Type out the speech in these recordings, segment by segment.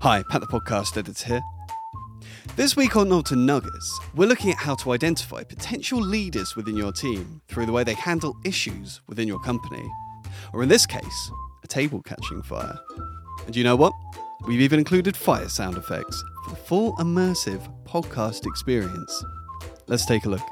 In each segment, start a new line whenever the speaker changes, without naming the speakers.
Hi, Pat the Podcast Editor here. This week on Knowlton Nuggets, we're looking at how to identify potential leaders within your team through the way they handle issues within your company, or in this case, a table catching fire. And you know what? We've even included fire sound effects for the full immersive podcast experience. Let's take a look.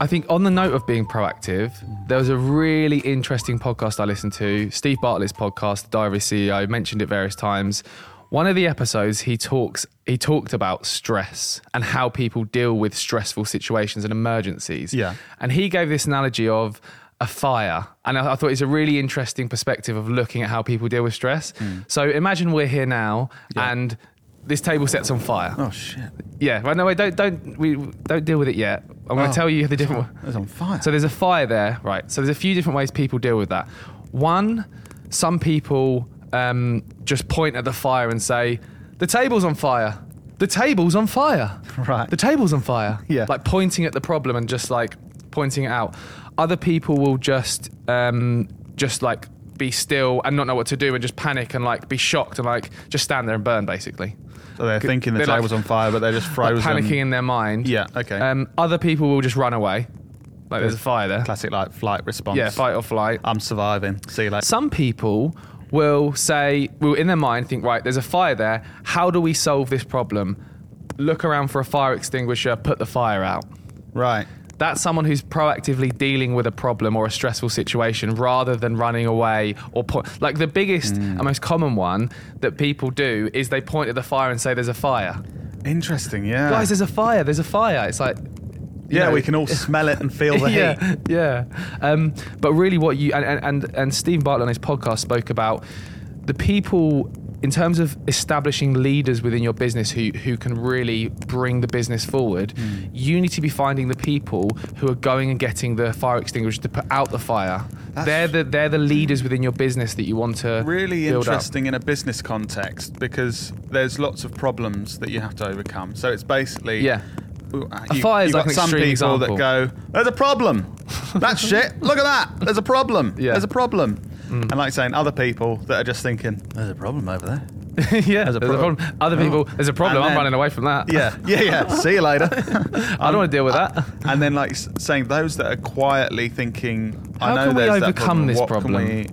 I think on the note of being proactive, there was a really interesting podcast I listened to, Steve Bartlett's podcast, The Diary CEO, mentioned it various times. One of the episodes he talks he talked about stress and how people deal with stressful situations and emergencies.
Yeah.
And he gave this analogy of a fire. And I, I thought it's a really interesting perspective of looking at how people deal with stress.
Hmm.
So imagine we're here now and this table sets on fire.
Oh shit!
Yeah, right. No, wait, don't don't we don't deal with it yet. I'm going to
Oh.
tell you the different.
It's on fire.
So there's a fire there, right? So there's a few different ways people deal with that. One, some people um, just point at the fire and say, "The table's on fire. The table's on fire.
Right.
The table's on fire."
Yeah.
Like pointing at the problem and just like pointing it out. Other people will just um, just like be still and not know what to do and just panic and like be shocked and like just stand there and burn basically.
So they're thinking the
they're like-
table's on fire, but they're just
Like,
frozen.
panicking in their mind.
um, Yeah, okay.
Um, other people will just run away. Like there's a fire there.
Classic like flight response.
Yeah, fight or flight.
I'm surviving. See you later.
Some people will say, will in their mind think, right, there's a fire there. How do we solve this problem? Look around for a fire extinguisher, put the fire out.
right.
That's someone who's proactively dealing with a problem or a stressful situation rather than running away or point. Like the biggest
Hmm.
and most common one that people do is they point at the fire and say, there's a fire.
Interesting. Yeah.
Guys, there's a fire, there's a fire. It's like,
yeah,
know-
we can all smell it and feel the
yeah,
heat.
Yeah, Um, but really, what you and and and, and Stephen Bartlett on his podcast spoke about the people. In terms of establishing leaders within your business who, who can really bring the business forward,
Hmm.
you need to be finding the people who are going and getting the fire extinguisher to put out the fire.
That's-
they're the they're the leaders within your business that you want to
Really
build up.
interesting in a business context because there's lots of problems that you have to overcome. So it's basically ah,
Yeah.
You,
A fire is
you've
like
got
an
some
extreme
people
example.
that go, "There's a problem. That's shit. Look at that. There's a problem.
Yeah.
There's a problem."
Hmm.
And like saying other people that are just thinking, "There's a problem over there."
yeah,
There's a problem. Oh.
Other people, there's a problem.
And
I'm
then-
running away from that.
Yeah, yeah, yeah. See you later.
I don't want to deal with that.
and then like s- saying those that are quietly thinking,
How
I know
can we
there's that
overcome this
what can
problem? Hmm.
we-"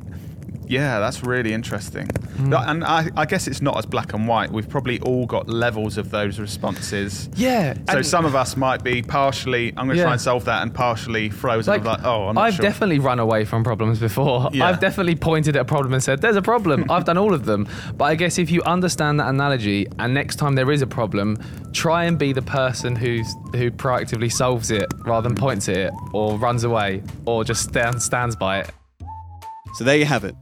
Yeah, that's really interesting. That- And I, I guess it's not as black and white. We've probably all got levels of those responses.
Yeah.
So
and-
some of us might be partially, I'm going to
Yeah.
try and solve that, and partially frozen.
Like,
Like, like oh, I'm not
have
sure.
definitely run away from problems before.
Yeah.
I've definitely pointed at a problem and said, "There's a problem." I've done all of them, but I guess if you understand that analogy, and next time there is a problem, try and be the person who's who proactively solves it rather than points at it or runs away or just stand, stands by it.
So there you have it.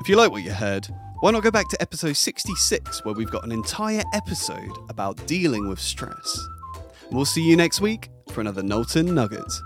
If you like what you heard, why not go back to episode 66 where we've got an entire episode about dealing with stress? And we'll see you next week for another Knowlton Nugget.